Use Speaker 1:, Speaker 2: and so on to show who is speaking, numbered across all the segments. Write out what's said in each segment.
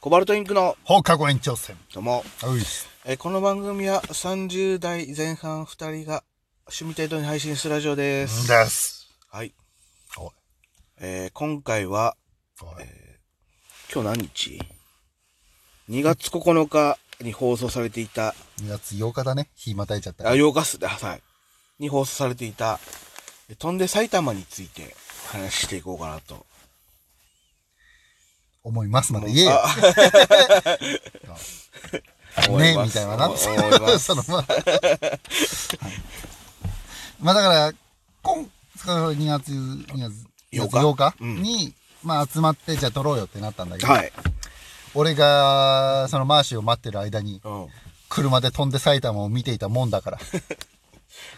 Speaker 1: コバルトインクの、
Speaker 2: 放課後延長戦。
Speaker 1: どうも、
Speaker 2: うい
Speaker 1: えーこの番組は30代前半2人が趣味程度に配信するラジオです。
Speaker 2: です。
Speaker 1: はい。
Speaker 2: おい。
Speaker 1: えー今回は、
Speaker 2: おい。
Speaker 1: 今日何日 ?2 月9日に放送されていた、
Speaker 2: 2月8日だね。日またいちゃった。
Speaker 1: あ、
Speaker 2: はい。
Speaker 1: 8日っすね、はい。に放送されていた、え飛んで埼玉について話していこうかなと。
Speaker 2: 思いますまで言えよ。
Speaker 1: 思
Speaker 2: ね
Speaker 1: いま
Speaker 2: み
Speaker 1: す
Speaker 2: たいなな。 そ
Speaker 1: 思います
Speaker 2: のまあ。はいまあだから、今、2月、2月
Speaker 1: 8
Speaker 2: 8
Speaker 1: 日
Speaker 2: 日
Speaker 1: うん
Speaker 2: に、まあ集まって、じゃあ撮ろうよってなったんだけど、
Speaker 1: はい。
Speaker 2: 俺が、そのマーシーを待ってる間に、
Speaker 1: うん。
Speaker 2: 車で飛んで埼玉を見ていたもん だから。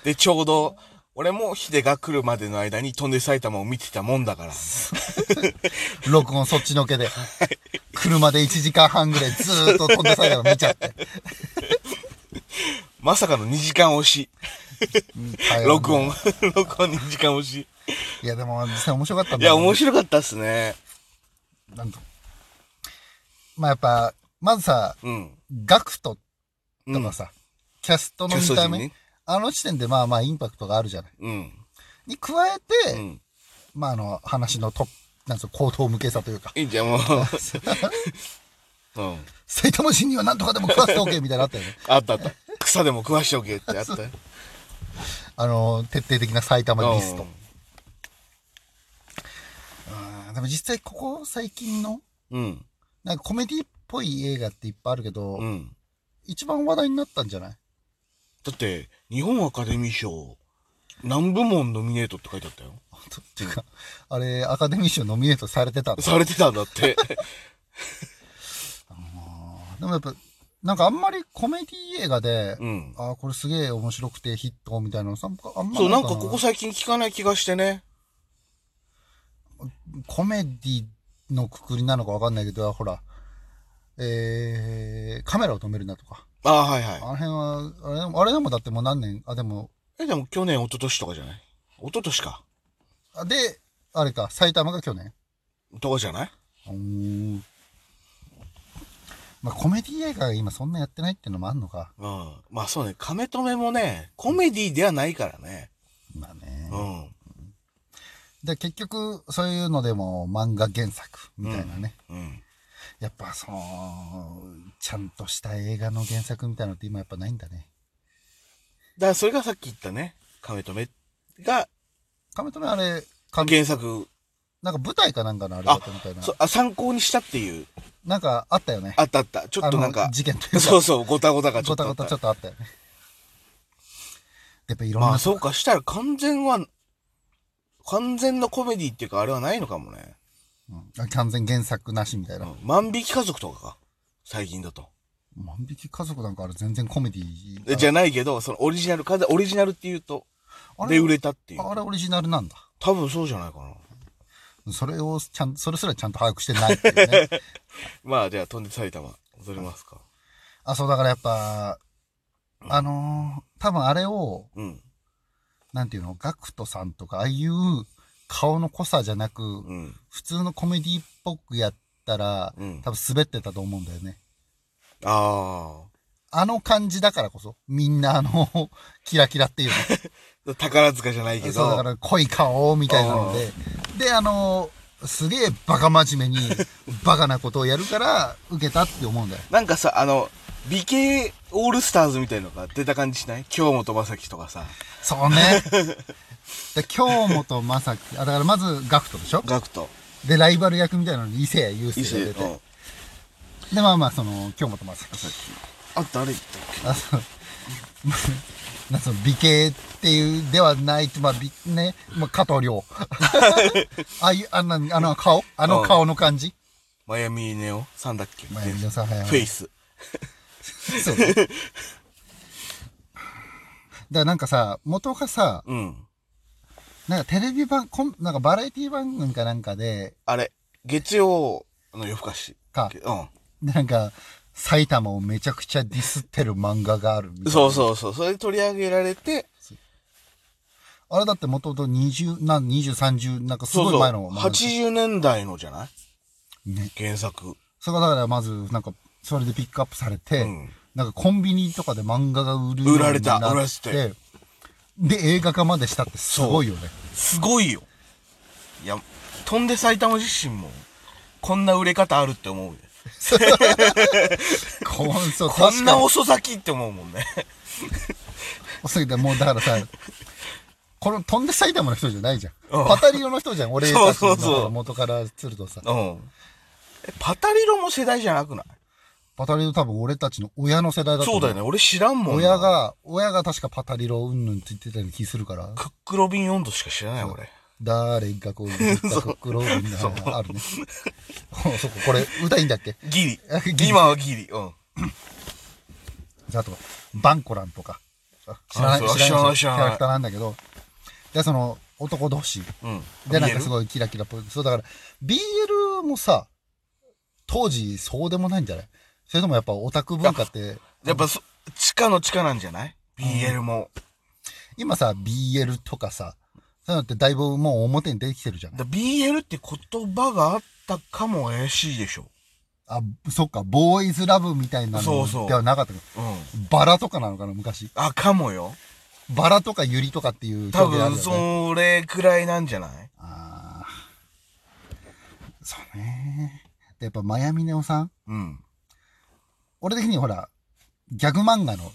Speaker 1: で、ちょうど、俺もヒデが来るまでの間に飛んで埼玉を見てたもんだから。
Speaker 2: 録音そっちのけで。車で1時間半ぐらいずーっと飛んで埼玉見ちゃって。
Speaker 1: まさかの2時間押し。
Speaker 2: 台湾の
Speaker 1: 録音。 録音2時間押し。
Speaker 2: いや、でも実際面白かったん
Speaker 1: い
Speaker 2: だよ
Speaker 1: や、
Speaker 2: ね
Speaker 1: 面白かったっすね。
Speaker 2: なんと。まあやっぱ、まずさ、
Speaker 1: うん。
Speaker 2: ガクト
Speaker 1: う
Speaker 2: と
Speaker 1: ん
Speaker 2: か。さ、キャストの
Speaker 1: キ
Speaker 2: 見
Speaker 1: ャスト
Speaker 2: た
Speaker 1: 陣
Speaker 2: 目、
Speaker 1: ね
Speaker 2: あの時点でまあまあインパクトがあるじゃない。
Speaker 1: うん。
Speaker 2: に加えて、
Speaker 1: うん。
Speaker 2: まああの話のトップ、なんつうの、口頭無形さというか、
Speaker 1: いいじゃん、もう。うん。
Speaker 2: 埼玉人にはなんとかでも食わせておけみたいなのあ ったよね。
Speaker 1: あったあった。草でも食わしておけってあったよ。
Speaker 2: あの、徹底的な埼玉ディスト。うんでも実際ここ最近の、
Speaker 1: うん。
Speaker 2: なんかコメディっぽい映画っていっぱいあるけど、
Speaker 1: うん。
Speaker 2: 一番話題になったんじゃない
Speaker 1: だって、日本アカデミー賞、何部門ノミネートって書いてあったよ。
Speaker 2: 本当っていうか、あれ、アカデミー賞ノミネートされてたんだ。
Speaker 1: されてたんだ って。
Speaker 2: でもやっぱ、なんかあんまりコメディ映画で、
Speaker 1: うん。
Speaker 2: ああ、これすげえ面白くてヒットみたいなのさ、あんま
Speaker 1: そう、ない
Speaker 2: な
Speaker 1: んかここ
Speaker 2: な
Speaker 1: 最近聞かない気がしてね。
Speaker 2: コメディのくくりなのかわかんないけど、ほら、えー、カメラを止めるなとか。
Speaker 1: ああ、はいはい
Speaker 2: あ。の辺は、あれでも、あれでもだってもう何年、あ、でも、
Speaker 1: え、でも去年、一昨年とかじゃない一昨年か。
Speaker 2: あで、あれか、埼玉が去年。
Speaker 1: とかじゃないう
Speaker 2: ーん。まあ、コメディ映画が今そんなやってないっていうのもあんのか。
Speaker 1: うん。まあそうね、亀止めもね、コメディではないからね。
Speaker 2: まあね。
Speaker 1: うん。
Speaker 2: で、結局、そういうのでも漫画原作みたいなね。
Speaker 1: うん。
Speaker 2: やっぱその、ちゃんとした映画の原作みたいなのって今やっぱないんだね。
Speaker 1: だからそれがさっき言ったね、亀止めが
Speaker 2: 亀止めあれ、か
Speaker 1: 原作、
Speaker 2: なんか舞台かなんかのあれだったみたいな
Speaker 1: そ。あ参考にしたっていう、
Speaker 2: なんかあったよね。
Speaker 1: あったあった。ちょっとなん
Speaker 2: あ
Speaker 1: か
Speaker 2: の、事件というか。
Speaker 1: そうそう、ごたごたがちょ
Speaker 2: ご
Speaker 1: っと
Speaker 2: た
Speaker 1: あ
Speaker 2: ご
Speaker 1: ったた。
Speaker 2: ちょっとあったよね。やっぱいろんな、
Speaker 1: まあそうか、したら完全は、完全のコメディっていうかあれはないのかもね。
Speaker 2: うん完全原作なしみたいうな。
Speaker 1: ん。万引き家族とかか。最近だと。
Speaker 2: 万引き家族なんかあれ全然コメディ
Speaker 1: えじゃないけど、そのオリジナル、完全オリジナルっていうと、
Speaker 2: あれ
Speaker 1: で売れたっていう。
Speaker 2: あれオリジナルなんだ。
Speaker 1: 多分そうじゃないかな。
Speaker 2: それをちゃん、それすらちゃんと把握してないっていう ね。
Speaker 1: まあじゃあ飛んで埼玉、踊りますか。
Speaker 2: あ、そうだからやっぱ、あのー多分あれを、
Speaker 1: うん。
Speaker 2: なんていうの、ガクトさんとか、ああいう顔の濃さじゃなく、
Speaker 1: うん。
Speaker 2: 普通のコメディっぽくやったら、
Speaker 1: うん
Speaker 2: 多分滑ってたと思うんだよね。
Speaker 1: あ
Speaker 2: あの感じだからこそ、みんなあの、 キラキラっていう
Speaker 1: あ。宝塚じゃないけ
Speaker 2: の。
Speaker 1: ど。
Speaker 2: そうだから濃い顔みたいなので、で、あの、すげえバカ真面目に、バカなことをやるから、受けたって思うんだよ。
Speaker 1: なんかさ、あの、美形オールスターズみたいのが出た感じしない京本正樹とかさ、
Speaker 2: そうね。で京本正樹、あ、だからまずガクトでしょ
Speaker 1: ガクト、
Speaker 2: で、ライバル役みたいなのに伊勢谷友
Speaker 1: 伊
Speaker 2: 介が
Speaker 1: 勢
Speaker 2: 出
Speaker 1: う
Speaker 2: て。
Speaker 1: ん
Speaker 2: で、まあまあ、その、京本正樹。
Speaker 1: あと誰言ったっけ
Speaker 2: あそう なんかその美形っていうではないまあ美ね、まあ、加藤亮ああいうあんなあの顔あの顔の感じ、
Speaker 1: マヤミネオさんだっけ、
Speaker 2: まあ、皆さん
Speaker 1: フェイス。
Speaker 2: そうそうだからなんかさ元がさ
Speaker 1: うん。
Speaker 2: なんかテレビ番こんなんかバラエティ番組かなんかで
Speaker 1: あれ、月曜の夜更かし。
Speaker 2: か
Speaker 1: うん。
Speaker 2: なんか埼玉をめちゃくちゃディスってる漫画があるみたいな
Speaker 1: そうそうそう。それで取り上げられて、
Speaker 2: あれだって元々20なん2030なんかす
Speaker 1: そう
Speaker 2: ごい
Speaker 1: そう。
Speaker 2: 前の漫画だった
Speaker 1: 80年代のじゃない
Speaker 2: ね
Speaker 1: 原作。
Speaker 2: それがだからまず、なんか、それでピックアップされて、
Speaker 1: うん
Speaker 2: なんかコンビニとかで漫画が売るよ
Speaker 1: 売
Speaker 2: うにな
Speaker 1: ら
Speaker 2: って。
Speaker 1: れた売られて
Speaker 2: で、映画化までしたってすごいよね。
Speaker 1: すごいよ。いや、飛んで埼玉自身も、こんな売れ方あるって思うよ。
Speaker 2: こんそう、
Speaker 1: こん
Speaker 2: 確か
Speaker 1: な
Speaker 2: に。
Speaker 1: 遅咲きって思うもんね。
Speaker 2: 遅いでもうだからさ、この飛んで埼玉の人じゃないじゃん。
Speaker 1: うん
Speaker 2: パタリオの人じゃん、俺たち
Speaker 1: そうそ
Speaker 2: の
Speaker 1: うそう
Speaker 2: 元からするとさ。
Speaker 1: うん。えパタリロも世代じゃなくない
Speaker 2: パタリオ多分俺たちの親の世代だと
Speaker 1: そ
Speaker 2: 思
Speaker 1: うだよね。俺知らんもん。
Speaker 2: 親。が、親が確かパタリロうんぬんって言ってたような気するから。
Speaker 1: クックロビン温度しか知らない俺。
Speaker 2: 誰がこう言 ったところみんなあるね。 そうか、これ歌いいんだっけ
Speaker 1: ギ
Speaker 2: あギ
Speaker 1: リ。
Speaker 2: リ
Speaker 1: 今はギリ。うん。
Speaker 2: あと、バンコランとか。知らない、
Speaker 1: そう
Speaker 2: 知らない
Speaker 1: 知
Speaker 2: キ
Speaker 1: らない
Speaker 2: ャラクターなんだけど。で、その、男同士。
Speaker 1: うん。
Speaker 2: で、なんかす
Speaker 1: い。
Speaker 2: ごいキラキラポイント。そう、だから、BL もさ、当時そうでもないんじゃないそれともやっぱオタク文化って、
Speaker 1: やっぱそ、地下の地下なんじゃない ?BL も。
Speaker 2: 今さ、BL とかさ、そういうのってだいぶもう表に出てきてるじゃん。
Speaker 1: だ BL って言葉があったかも怪しいでしょ。
Speaker 2: あ、そっか、ボーイズラブみたいな
Speaker 1: そ
Speaker 2: の
Speaker 1: うそう
Speaker 2: ではなかったけど、
Speaker 1: うん。
Speaker 2: バラとかなのかな、昔。
Speaker 1: あ、かもよ。
Speaker 2: バラとかユリとかっていう
Speaker 1: 多
Speaker 2: 表現あるよ
Speaker 1: 分、そ
Speaker 2: ね。
Speaker 1: れくらいなんじゃない
Speaker 2: あーそうね。で、やっぱ、マヤミネオさん
Speaker 1: うん。
Speaker 2: 俺的にほら、ギャグ漫画の、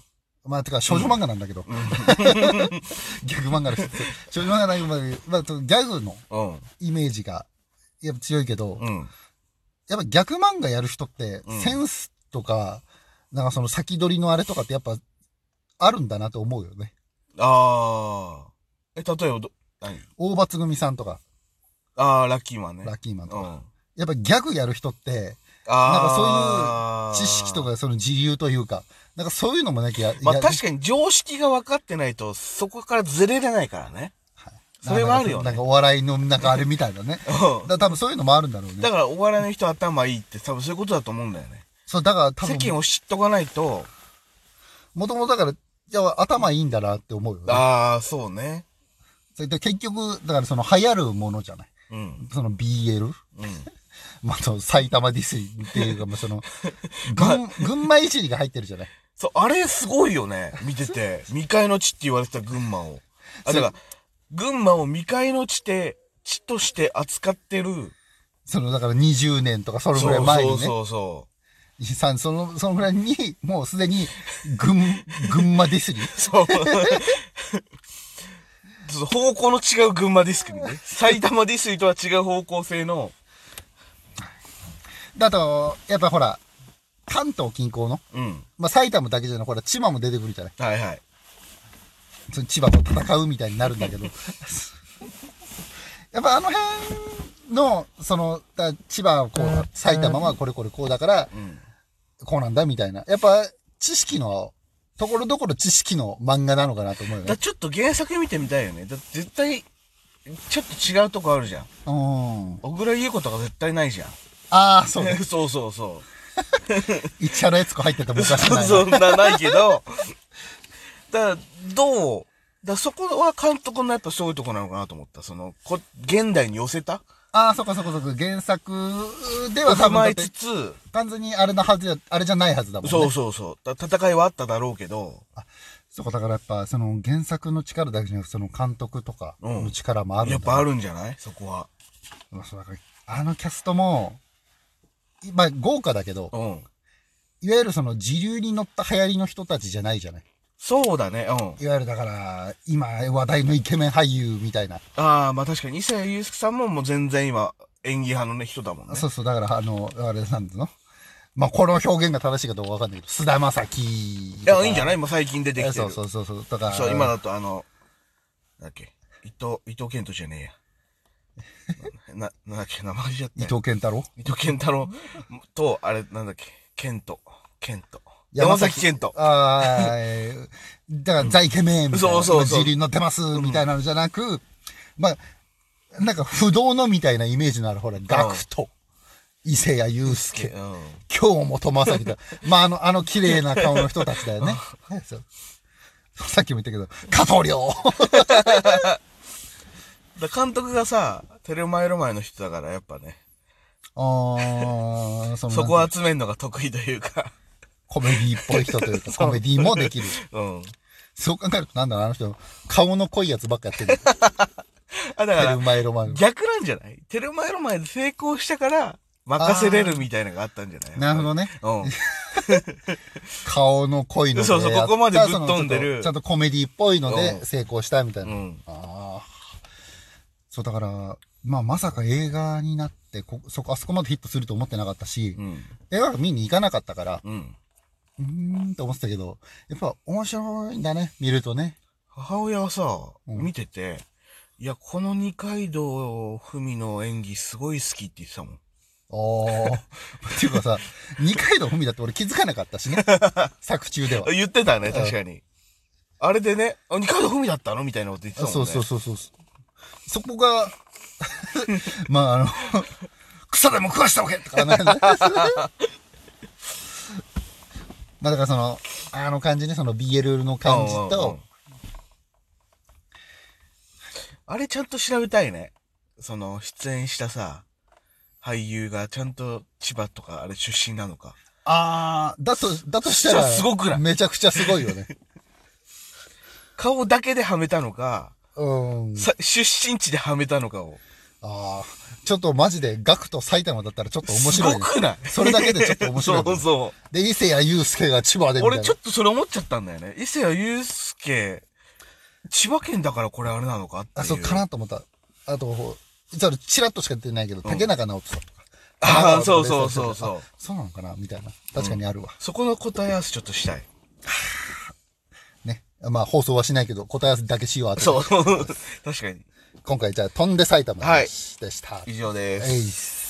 Speaker 2: まあ、てか少女漫画なんだけど、 ギャグ漫画です。少女漫画なんだけど、まあまあ、ギャグの
Speaker 1: うん。
Speaker 2: イメージが、やっぱ強いけど、
Speaker 1: うん。
Speaker 2: やっぱギャグ漫画やる人って
Speaker 1: うん、
Speaker 2: センスとか、なんかその先取りのあれとかってやっぱ、あるんだなと思うよね。
Speaker 1: あー。え、例えばど、何
Speaker 2: 大罰組さんとか、
Speaker 1: あー、ラッキーマンね。
Speaker 2: ラッキーマンと
Speaker 1: う
Speaker 2: か。
Speaker 1: ん。あ
Speaker 2: やっぱギャグやる人って、
Speaker 1: あ
Speaker 2: 知識と
Speaker 1: か。
Speaker 2: かその自由というか、なんかそういうのもなきゃ、
Speaker 1: まあ
Speaker 2: や
Speaker 1: 確かに常識が分かってないと、そこからずれれないからね。それはあるよね
Speaker 2: なんかお笑いの、なんかあれみた いなね。
Speaker 1: う
Speaker 2: だ
Speaker 1: ん
Speaker 2: から多分そういうのもあるんだろう
Speaker 1: だ
Speaker 2: ね。
Speaker 1: からお笑いの人頭いいって多分そういうことだと思うんだよね。
Speaker 2: そう、だから多
Speaker 1: 世
Speaker 2: 分、
Speaker 1: 間を知っとかないと、
Speaker 2: もともとだから、いや、頭いいんだなって思うよね。
Speaker 1: ああ、そうね。
Speaker 2: それで結局、だからその流行るものじゃない。
Speaker 1: うん。
Speaker 2: その BL?
Speaker 1: うん。
Speaker 2: まあ、その埼玉ディスっていうか、まあ、その、 群、群馬いじりが入ってるじゃない。
Speaker 1: そう、あれすごいよね。見てて。未開の地って言われてた群馬を。あ、
Speaker 2: そ
Speaker 1: だ
Speaker 2: う
Speaker 1: から、群馬を未開の地で、地として扱ってる。
Speaker 2: その、だから20年とかそのぐ
Speaker 1: そ
Speaker 2: らいう前
Speaker 1: そう
Speaker 2: にね。
Speaker 1: そうそ
Speaker 2: さんその、そのぐらいに、もうすでに、群、 群馬ディスり。
Speaker 1: う。そう。ちょっと方向の違う群馬ディスクにね。埼玉ディスクとは違う方向性の。
Speaker 2: だと、やっぱほら、関東近郊の、
Speaker 1: うん。
Speaker 2: まあ、埼玉だけじゃなくほら、千葉も出てくるじゃない。
Speaker 1: はいはい。
Speaker 2: その千葉と戦うみたいになるんだ けど。やっぱあの辺の、その、だ千葉はこうだ、埼玉はこれこれこうだから、
Speaker 1: うん。
Speaker 2: こうなんだみたいな。やっぱ、知識の、ところどころ知識の漫画なのかなと思うよ
Speaker 1: だ
Speaker 2: ね。
Speaker 1: ちょっと原作見てみたいよね。だって絶対、ちょっと違うとこあるじゃん。
Speaker 2: うん。
Speaker 1: 小倉優子とか絶対ないじゃん。
Speaker 2: ああ、そうね。
Speaker 1: そうそうそう。
Speaker 2: 市原悦子入ってた昔ないな。
Speaker 1: そんなないけど、だから、どう、だからそこは監督のやっぱそういうとこなのかなと思った。その、こ、現代に寄せた
Speaker 2: ああ、そこそこそこ。原作で
Speaker 1: を
Speaker 2: は多
Speaker 1: 踏
Speaker 2: 分だ
Speaker 1: ま
Speaker 2: っ
Speaker 1: え
Speaker 2: て
Speaker 1: つ つ、
Speaker 2: 完全にあれなはずや、あれじゃないはずだもんね。
Speaker 1: そうそうそう。だ戦いはあっただろうけど、
Speaker 2: そこだからやっぱ、その原作の力だけじゃなくその監督とかの力もあるんだ
Speaker 1: やっぱあるんじゃないそこは。
Speaker 2: まあそうだからあのキャストも、まあ豪華だけど、
Speaker 1: うん。
Speaker 2: いわゆるその時流に乗った流行りの人たちじゃないじゃない。
Speaker 1: そうだね、うん。
Speaker 2: いわゆるだから、今話題のイケメン俳優みたいな。
Speaker 1: ああ、まあ確かに、伊勢祐介さんももう全然今、演技派のね、人だもんね。
Speaker 2: そうそう、だからあの、あれなんつうのまあこの表現が正しいかどうかわかんないけど、菅田将暉
Speaker 1: い
Speaker 2: とか。
Speaker 1: や、いいんじゃないもう最近出てきてる。
Speaker 2: そうそうそうそう。とか、
Speaker 1: そう、今だとあの、なんだっけ、伊藤、伊藤健人じゃねえ や。な、ななんだっけ、名前じゃっ
Speaker 2: 伊
Speaker 1: て。
Speaker 2: 藤健太郎
Speaker 1: 伊藤健太郎と、あれ、なんだっけ、健人、健人。山
Speaker 2: 山
Speaker 1: 崎
Speaker 2: 崎
Speaker 1: 健人。
Speaker 2: ああ、えーだから、在イケメンみたいな。
Speaker 1: そうそうそう
Speaker 2: 自流に乗ってます、みたいなのじゃなく、まあ、なんか不動のみたいなイメージのある、ほら、ガクト、伊勢谷友介、
Speaker 1: うん。
Speaker 2: 京本 正樹だ。まあ、あの、あの綺麗な顔の人たちだよね。そうさっきも言ったけど、加藤 亮
Speaker 1: だ監督がさ、テレマエロマエの人だから、やっぱね、
Speaker 2: ああ、その
Speaker 1: そこ集めるのが得意というか。
Speaker 2: コメディっぽい人とい うか、コメディもできる。
Speaker 1: うん。
Speaker 2: そう考えると、なんだろう、あの人、顔の濃いやつばっかやってる。
Speaker 1: あ、だか
Speaker 2: テル
Speaker 1: ら、
Speaker 2: マエロマエロ。
Speaker 1: 逆なんじゃないテルマエロマエで成功したから、任せれるみたいなのがあったんじゃない
Speaker 2: なるほどね。
Speaker 1: ど。うん。
Speaker 2: 顔の濃いので
Speaker 1: そうそう
Speaker 2: やった
Speaker 1: ここまでぶっ飛んでる
Speaker 2: そのちょっとちゃんとコメディっぽいの
Speaker 1: う
Speaker 2: で
Speaker 1: ん
Speaker 2: 成功したみたいな。
Speaker 1: うん。
Speaker 2: ああ。そう、だから、まあまさか映画になって、こ、そこ、あそこまでヒットすると思ってなかったし
Speaker 1: う、ん。
Speaker 2: 映画館見に行かなかったから、
Speaker 1: うん。
Speaker 2: うーんと思ってたけど、やっぱ面白いんだね、見るとね。
Speaker 1: 母親はさ、
Speaker 2: うん
Speaker 1: 見てて、いや、この二階堂ふみの演技すごい好きって言ってたもん。
Speaker 2: お ー。っていうかさ、二階堂ふみだって俺気づかなかったしね。作中で は
Speaker 1: あ。言ってたね、確かに。あれでね、あ二階堂ふみだったのみたいなこと言ってたもんね。
Speaker 2: そうそうそうそう。そこが、 まああの、草でも食わしておけと か、あの辺ねまあだからその、あの感じね、その BL の感じ
Speaker 1: うんうんうん
Speaker 2: と、
Speaker 1: あれちゃんと調べたいね。その、出演したさ、俳優がちゃんと千葉とかあれ出身なのか。
Speaker 2: ああ、だと、だとしたら、
Speaker 1: すごくない
Speaker 2: めちゃくちゃすごい よね。
Speaker 1: 顔だけではめたのか、
Speaker 2: うん。
Speaker 1: さ出身地ではめたのかを。
Speaker 2: ああ、ちょっとマジで、ガクと埼玉だったらちょっと面白い、
Speaker 1: す
Speaker 2: ね
Speaker 1: ご。くない
Speaker 2: それだけでちょっと面白い
Speaker 1: そうそ
Speaker 2: で、伊勢谷友介が千葉で
Speaker 1: う。
Speaker 2: みたいな。
Speaker 1: 俺ちょっとそれ思っちゃったんだよね。伊勢谷友介、千葉県だからこれあれなのかっていう。
Speaker 2: あ、そうかなと思った。あと、実はチラッとしか出てないけど、竹中直人さんとか。
Speaker 1: あーそうそうそうそう
Speaker 2: あそうなのかなみたいな。確かにあるわ。
Speaker 1: そこの答え合わせちょっとしたい。
Speaker 2: ね。まあ、放送はしないけど、答え合わせだけしよう。
Speaker 1: そう。
Speaker 2: う。
Speaker 1: 確かに。
Speaker 2: 今回、じゃあ、飛んで埼玉の話でした。
Speaker 1: 以上です。
Speaker 2: えいっす